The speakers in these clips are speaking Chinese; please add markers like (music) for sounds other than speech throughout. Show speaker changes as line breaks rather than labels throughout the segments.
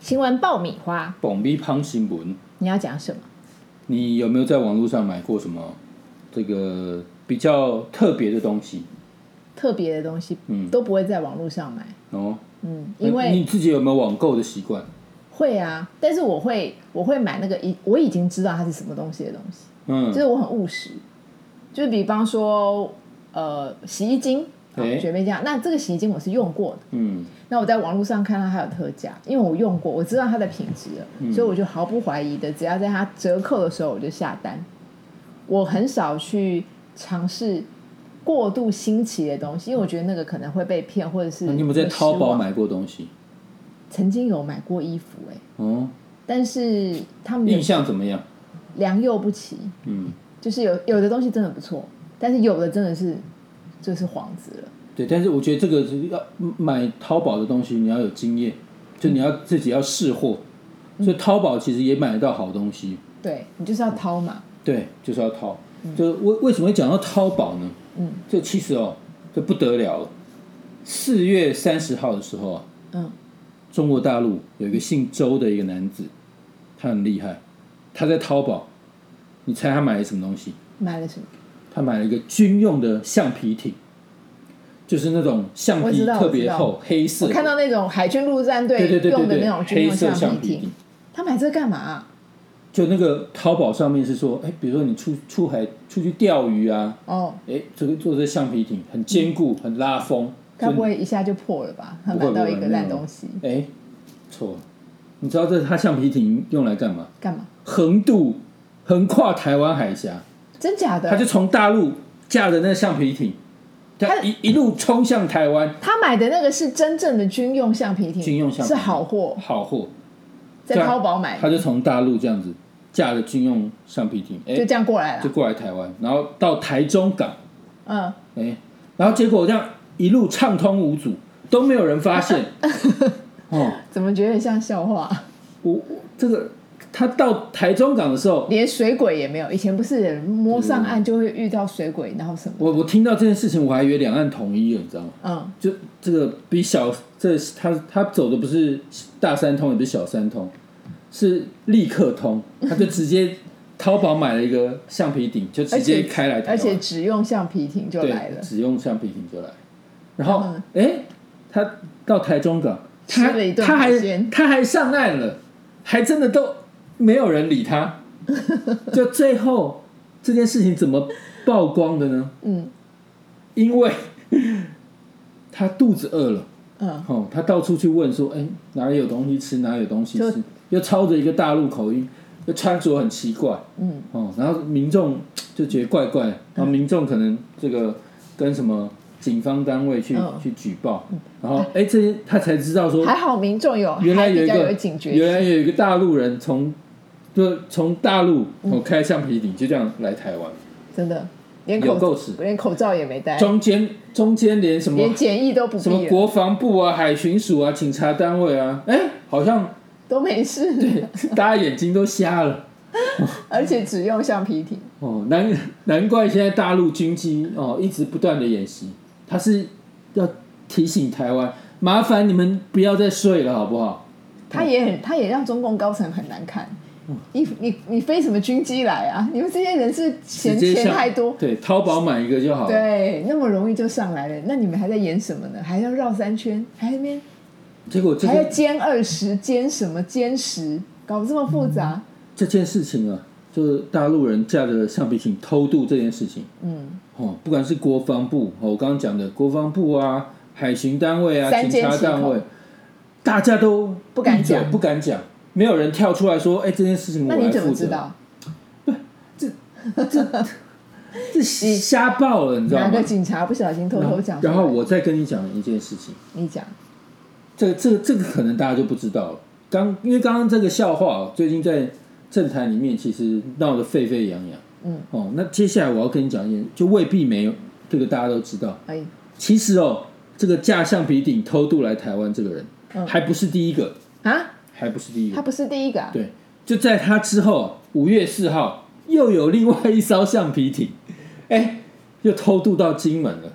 新闻爆米花，
蹦逼胖新闻，
你要讲什么？
你有没有在网络上买过什么这个比较特别的东西？
特别的东西，
嗯
都不会在网络上买，
哦，
嗯，
那
因为
你自己有没有网购的习惯？
会啊，但是我会我会买那个已我已经知道它是什么东西的东西，
嗯
就，是我很务实，就是比方说呃洗衣精，好
哎
学妹这样，那这个洗衣精我是用过的，
嗯，
那我在网络上看到它有特价，因为我用过，我知道它的品质了，
嗯
所以我就毫不怀疑的，只要在它折扣的时候我就下单。我很少去尝试过度新奇的东西，因为我觉得那个可能会被骗，或者是
啊那你有没有在
会失
淘宝
望？
买过东西？
曾经有买过衣服、哎，
哦，
但是他们
印
的
象怎么样？
良莠不齐，
嗯，
就是有有的东西真的不错，但是有的真的是就是幌子了。
对，但是我觉得这个是要买淘宝的东西，你要有经验，就你要自己要试货。所以淘宝其实也买得到好东西，
对你就是要
嗯
掏嘛，
对，就是要淘。就是为为什么会讲到淘宝呢？
嗯，
这其实哦，这不得了了。四月三十号的时候啊，
嗯，
中国大陆有一个姓周的一个男子，他很厉害，他在淘宝，你猜他买了什么东西？
买了什么？
他买了一个军用的橡皮艇，就是那种橡
我
皮
知道
特
我知
别
道
厚，黑色
我
的，
看到那种海军陆战队
对对对对
用的
对
那种军
黑
用
色
橡皮
橡皮
艇
艇，。
他买这干嘛、啊
就那个淘宝上面是说，哎，比如说你出出海出去钓鱼啊，
哦，
哎，这个做这橡皮艇很坚固，很拉风。
该嗯不
就
会一下就破了吧？他
不会
买到
不会
一个
没有
烂东西，
哎，错了，你知道这它橡皮艇用来干嘛？
干嘛？
横渡，横跨台湾海峡，
真假
他
的？
就从大陆驾着那橡皮艇，他
他
一一路冲向台湾，
他买的那个是真正的军用橡皮艇，
军用橡皮
是
艇
好货，
好货，
在
对啊
淘宝买
他
的，
就从大陆这样子驾着军用橡皮艇，
就
哎，
这样过来
就
了。
过来台湾，然后到台中港，
嗯，
哎，然后结果这样一路畅通无阻，都没有人发现，
(laughs)
哦，
怎么觉得像笑话？
我我这个他到台中港的时候，
连水鬼也没有，以前不是摸上岸就会遇到水鬼，然后什么？
我我听到这件事情，我还以为两岸统一了，你知道吗？
嗯，
就这个比小这他他走的不是大三通，也不是小三通，是立刻通，他就直接淘宝买了一个橡皮顶，就
而
直接
且
开来台
而且
湾，
只用橡皮艇就来
对
了，，
只用橡皮顶就来。然后
嗯
哎、诶他到台中港，他
吃了一顿
他
海
还
鲜
他还上岸了，还真的都没有人理
(laughs)
他。就最后这件事情怎么曝光的呢？
嗯
因为 (laughs) 他肚子饿了。
嗯，
哦，他到处去问说，哎、哪里有东西吃，哪里有东西
就
吃，又操着一个大陆口音，又穿着很奇怪，
嗯，
哦，然后民众就觉得怪怪，然后民众可能这个跟什么警方单位去、
嗯
去举报，然后哎、这些他才知道说，
还好民众有
原来
还
有
比
一
较
个
有警觉性，
原来有一个大陆人从就从大陆
嗯
我、哦、开橡皮艇就这样来台湾，
真的连
有
口
够屎
连口罩也没戴，
中间中间连什么
连检疫都不
什么
必了，
国防部啊、海巡署啊、警察单位啊，哎、好像。
都没事，
大家眼睛都瞎了。
(laughs) 而且只用橡皮艇。
哦，难难怪现在大陆军机哦一直不断的演习，他是要提醒台湾，麻烦你们不要再睡了，好不好？
他也很，他也让中共高层很难看。
嗯
你你你飞什么军机来啊？你们这些人是
直
嫌
接哦
钱
像
太多，
对，淘宝买一个就好了。
对，那么容易就上来了。那你们还在演什么呢？还要绕三圈，还在那边
结果这
还要
个
歼二十，歼什么歼十，搞这么复杂。
这件事情啊，就是大陆人驾着橡皮艇偷渡这件事情，
嗯，
哦，不管是国防部，哦，我刚刚讲的国防部啊、海巡单位啊、
三
警
缄
察
其口
单位，大家都
不敢讲
闭嘴不敢讲，没有人跳出来说，哎，这件事情
那
我来负责。
你怎么知道
这瞎爆了，你知道
哪
吗
个？警察不小心偷
然
偷
后
讲出来？
然后我再跟你讲一件事情，
你讲，
这个、这个、这个可能大家就不知道了。刚因为刚刚这个笑话哦最近在政坛里面其实闹得沸沸扬扬。
嗯，
哦，那接下来我要跟你讲一件，就未必没有这个大家都知道。
哎，
其实哦，这个驾橡皮艇偷渡来台湾这个人，
嗯
还不是第一个，
啊，
还不是第一个
他。不是第一个、啊，
对，就在他之后，五月四号又有另外一艘橡皮 (laughs) 艇，哎，又偷渡到金门了。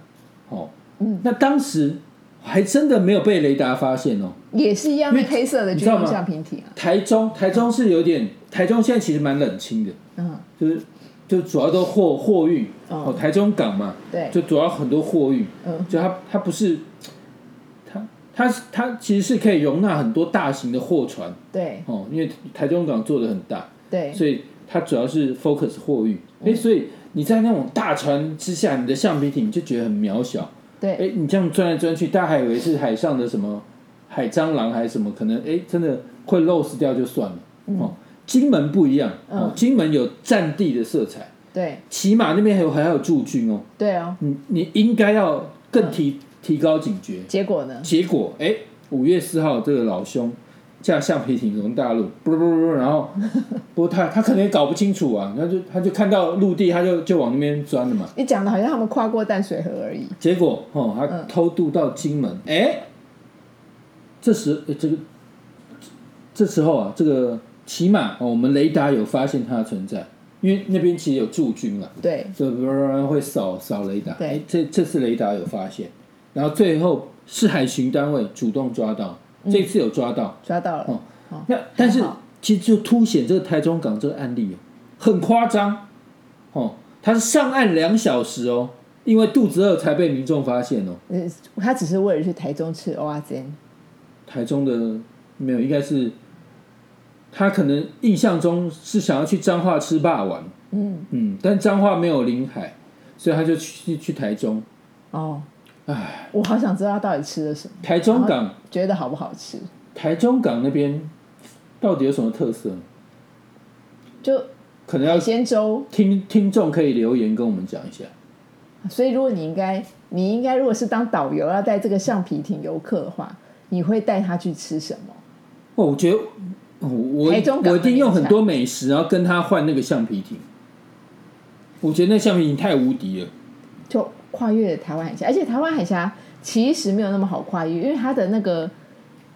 哦，
嗯
那当时还真的没有被雷达发现哦。
也是一样
因
的
为
黑色的
你
军
知道
用
吗
橡皮艇啊，
台中，台中是有点，台中现在其实蛮冷清的，
嗯，
就是就主要都货货运
嗯
哦，台中港嘛，
对，
就主要很多货运，
嗯
就它它不是它它它其实是可以容纳很多大型的货船
对
哦，因为台中港做的很大，
对，
所以它主要是 focus 货运。哎、所以你在那种大船之下，你的橡皮艇就觉得很渺小。
对
哎、你这样钻来钻去，大家还以为是海上的什么海蟑螂还是什么，可能哎、真的会漏死掉就算了。哦，金门不一样，哦，金门有战地的色彩，
对
起码那边还有还有驻军哦，
对哦，
你你应该要更提、提高警觉。
结果呢？
结果，哎，五月四号这个老兄驾橡皮艇从大陆，不不不，然后不过他他可能也搞不清楚啊，然后就他就看到陆地，他就就往那边钻了嘛。
你讲的好像他们跨过淡水河而已，
结果哦，他
嗯
偷渡到金门，哎、这时诶这个这时候啊，这个起码哦，我们雷达有发现它的存在，因为那边其实有驻军啊，
对
就会扫扫雷达，
对
诶这这次雷达有发现，然后最后是海巡单位主动抓到，这次有抓到，
抓到了
哦，
哦
那但是
嗯还好
其实就凸显这个台中港这个案例哦，很夸张哦，他是上岸两小时哦，因为肚子饿才被民众发现哦。
嗯，他只是为了去台中吃蚵仔煎，
台中的没有，应该是他可能印象中是想要去彰化吃霸王，
嗯，
嗯，但彰化没有临海，所以他就去去台中。
哦，
唉，
我好想知道他到底吃了什么，
台中港，
觉得好不好吃？
台中港那边到底有什么特色？
就
可能要
海鲜粥，
听听众可以留言跟我们讲一下。
所以如果你应该，你应该如果是当导游要带这个橡皮艇游客的话，你会带他去吃什么？
哦，我觉得哦我
台中港
我一
那边
定用很多美食，然后跟他换那个橡皮艇。我觉得那橡皮艇太无敌了，
就跨越台湾海峡，而且台湾海峡其实没有那么好跨越，因为它的那个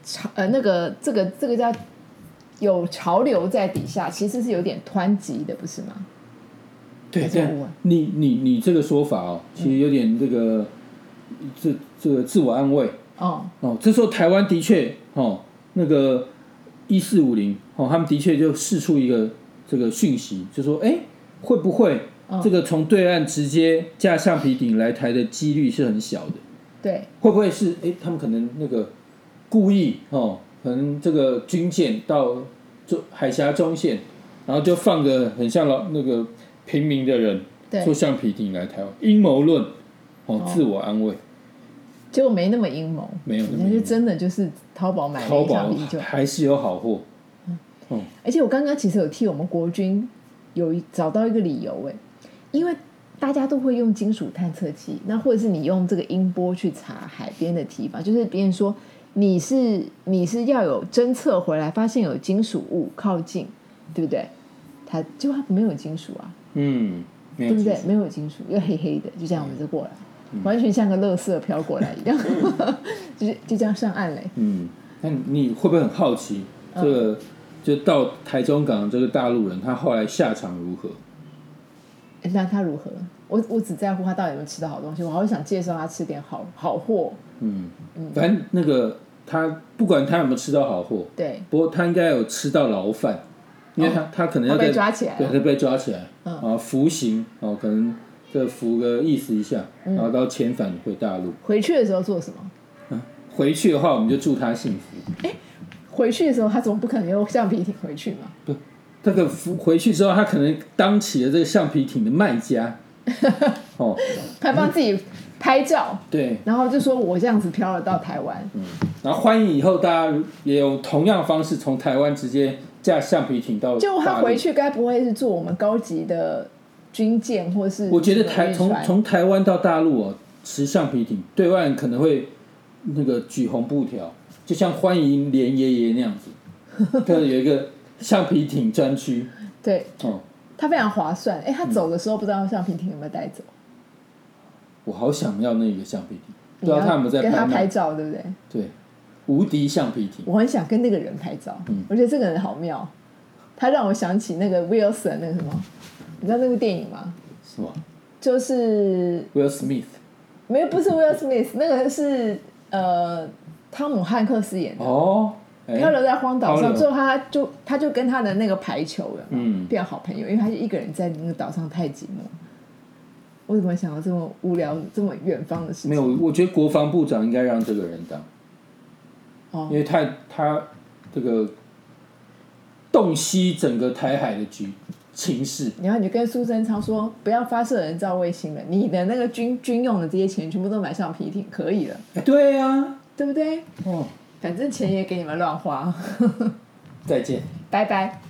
潮呃那个这个这个叫有潮流在底下，其实是有点湍急的，不是吗？
对
台中
对
无啊，
你你你这个说法哦，其实有点这个、这这个自我安慰
哦，
哦。这时候台湾的确哦，那个一四五零哦，他们的确就试出一个这个讯息，就说哎，会不会
嗯
这个从对岸直接架橡皮艇来台的几率是很小的？
对
会不会是哎、诶他们可能那个故意哦，可能这个军舰到就海峡中线，然后就放个很像老那个平民的人
对
坐，橡皮艇来台湾，阴谋论哦，自我安慰，
结果没那么阴谋，
没有那么
人家
阴
就
谋
真的就是淘宝买了
淘
一
宝
张啤酒，
还是有好货，
而且我刚刚其实有替我们国军有一找到一个理由哎，因为大家都会用金属探测器，那或者是你用这个音波去查海边的提法，就是别人说你是你是要有侦测回来发现有金属物靠近，对不对？它就它没有金属啊，
嗯，没有
对不对
错？
没有金属，嗯又黑黑的，就这样我们就过来，完全像个垃圾飘过来一样， (laughs) 就是就这样上岸欸嘞。
嗯，那你会不会很好奇
嗯
这个？就到台中港这个大陆人，他后来下场如何？
那他如何？我我只在乎他到底有没有吃到好东西，我好想介绍他吃点好好货。嗯
反正那个他不管他有没有吃到好货，
对，
不过他应该有吃到牢饭，因为他、他可能要
哦他被
在
抓起来了
对，他被抓起来，
嗯
啊，服刑哦，可能这服个意思一下，
嗯
然后到遣返回大陆。
回去的时候做什么？
回去的话，我们就祝他幸福。
回去的时候他总不可能用橡皮艇回去嘛？
这个服回去之后，他可能当起了这个橡皮艇的卖家，
(laughs)
哦，
他帮自己拍照，
对，
然后就说我这样子飘了到台湾，
嗯然后欢迎以后大家也用同样的方式从台湾直接驾橡皮艇到
就他回
去。
去该不会是坐我们高级的军舰或是
我觉得
什么
台
渔
从
船
从台湾到大陆哦，持橡皮艇，对外可能会那个举红布条，就像欢迎连爷爷那样子，
(laughs)
他有一个橡皮艇专区
对
哦。
他非常划算。哎，他走的时候不知道橡皮艇有没有带走，
我好想要那个橡皮艇，不
你
知道
要
他有没有在
跟他
拍
拍
卖？
照，对不对？
对，无敌橡皮艇，
我很想跟那个人拍照，
嗯
我觉得这个人好妙，他让我想起那个 Wilson 那个什么，你知道那部电影吗？
是吧
就是
？Will Smith， (laughs)
没有不是 Will Smith，那个是呃汤姆汉克斯演的，
哦，哎、
漂流在荒岛
漂
上
流
之后，他就他就跟他的那个排球人
嗯，
变好朋友，因为他就一个人在那个岛上太寂寞。我怎么会想到这么无聊、这么远方的事
没
情？
有，我觉得国防部长应该让这个人当，
哦
因为他他这个洞悉整个台海的局情势，
然后你就跟苏贞昌说，不要发射人造卫星了，你的那个军军用的这些钱全部都买橡皮艇，可以了，
哎对呀、
对不对？
哦，
反正钱也给你们乱花， (laughs)
再见。
拜拜。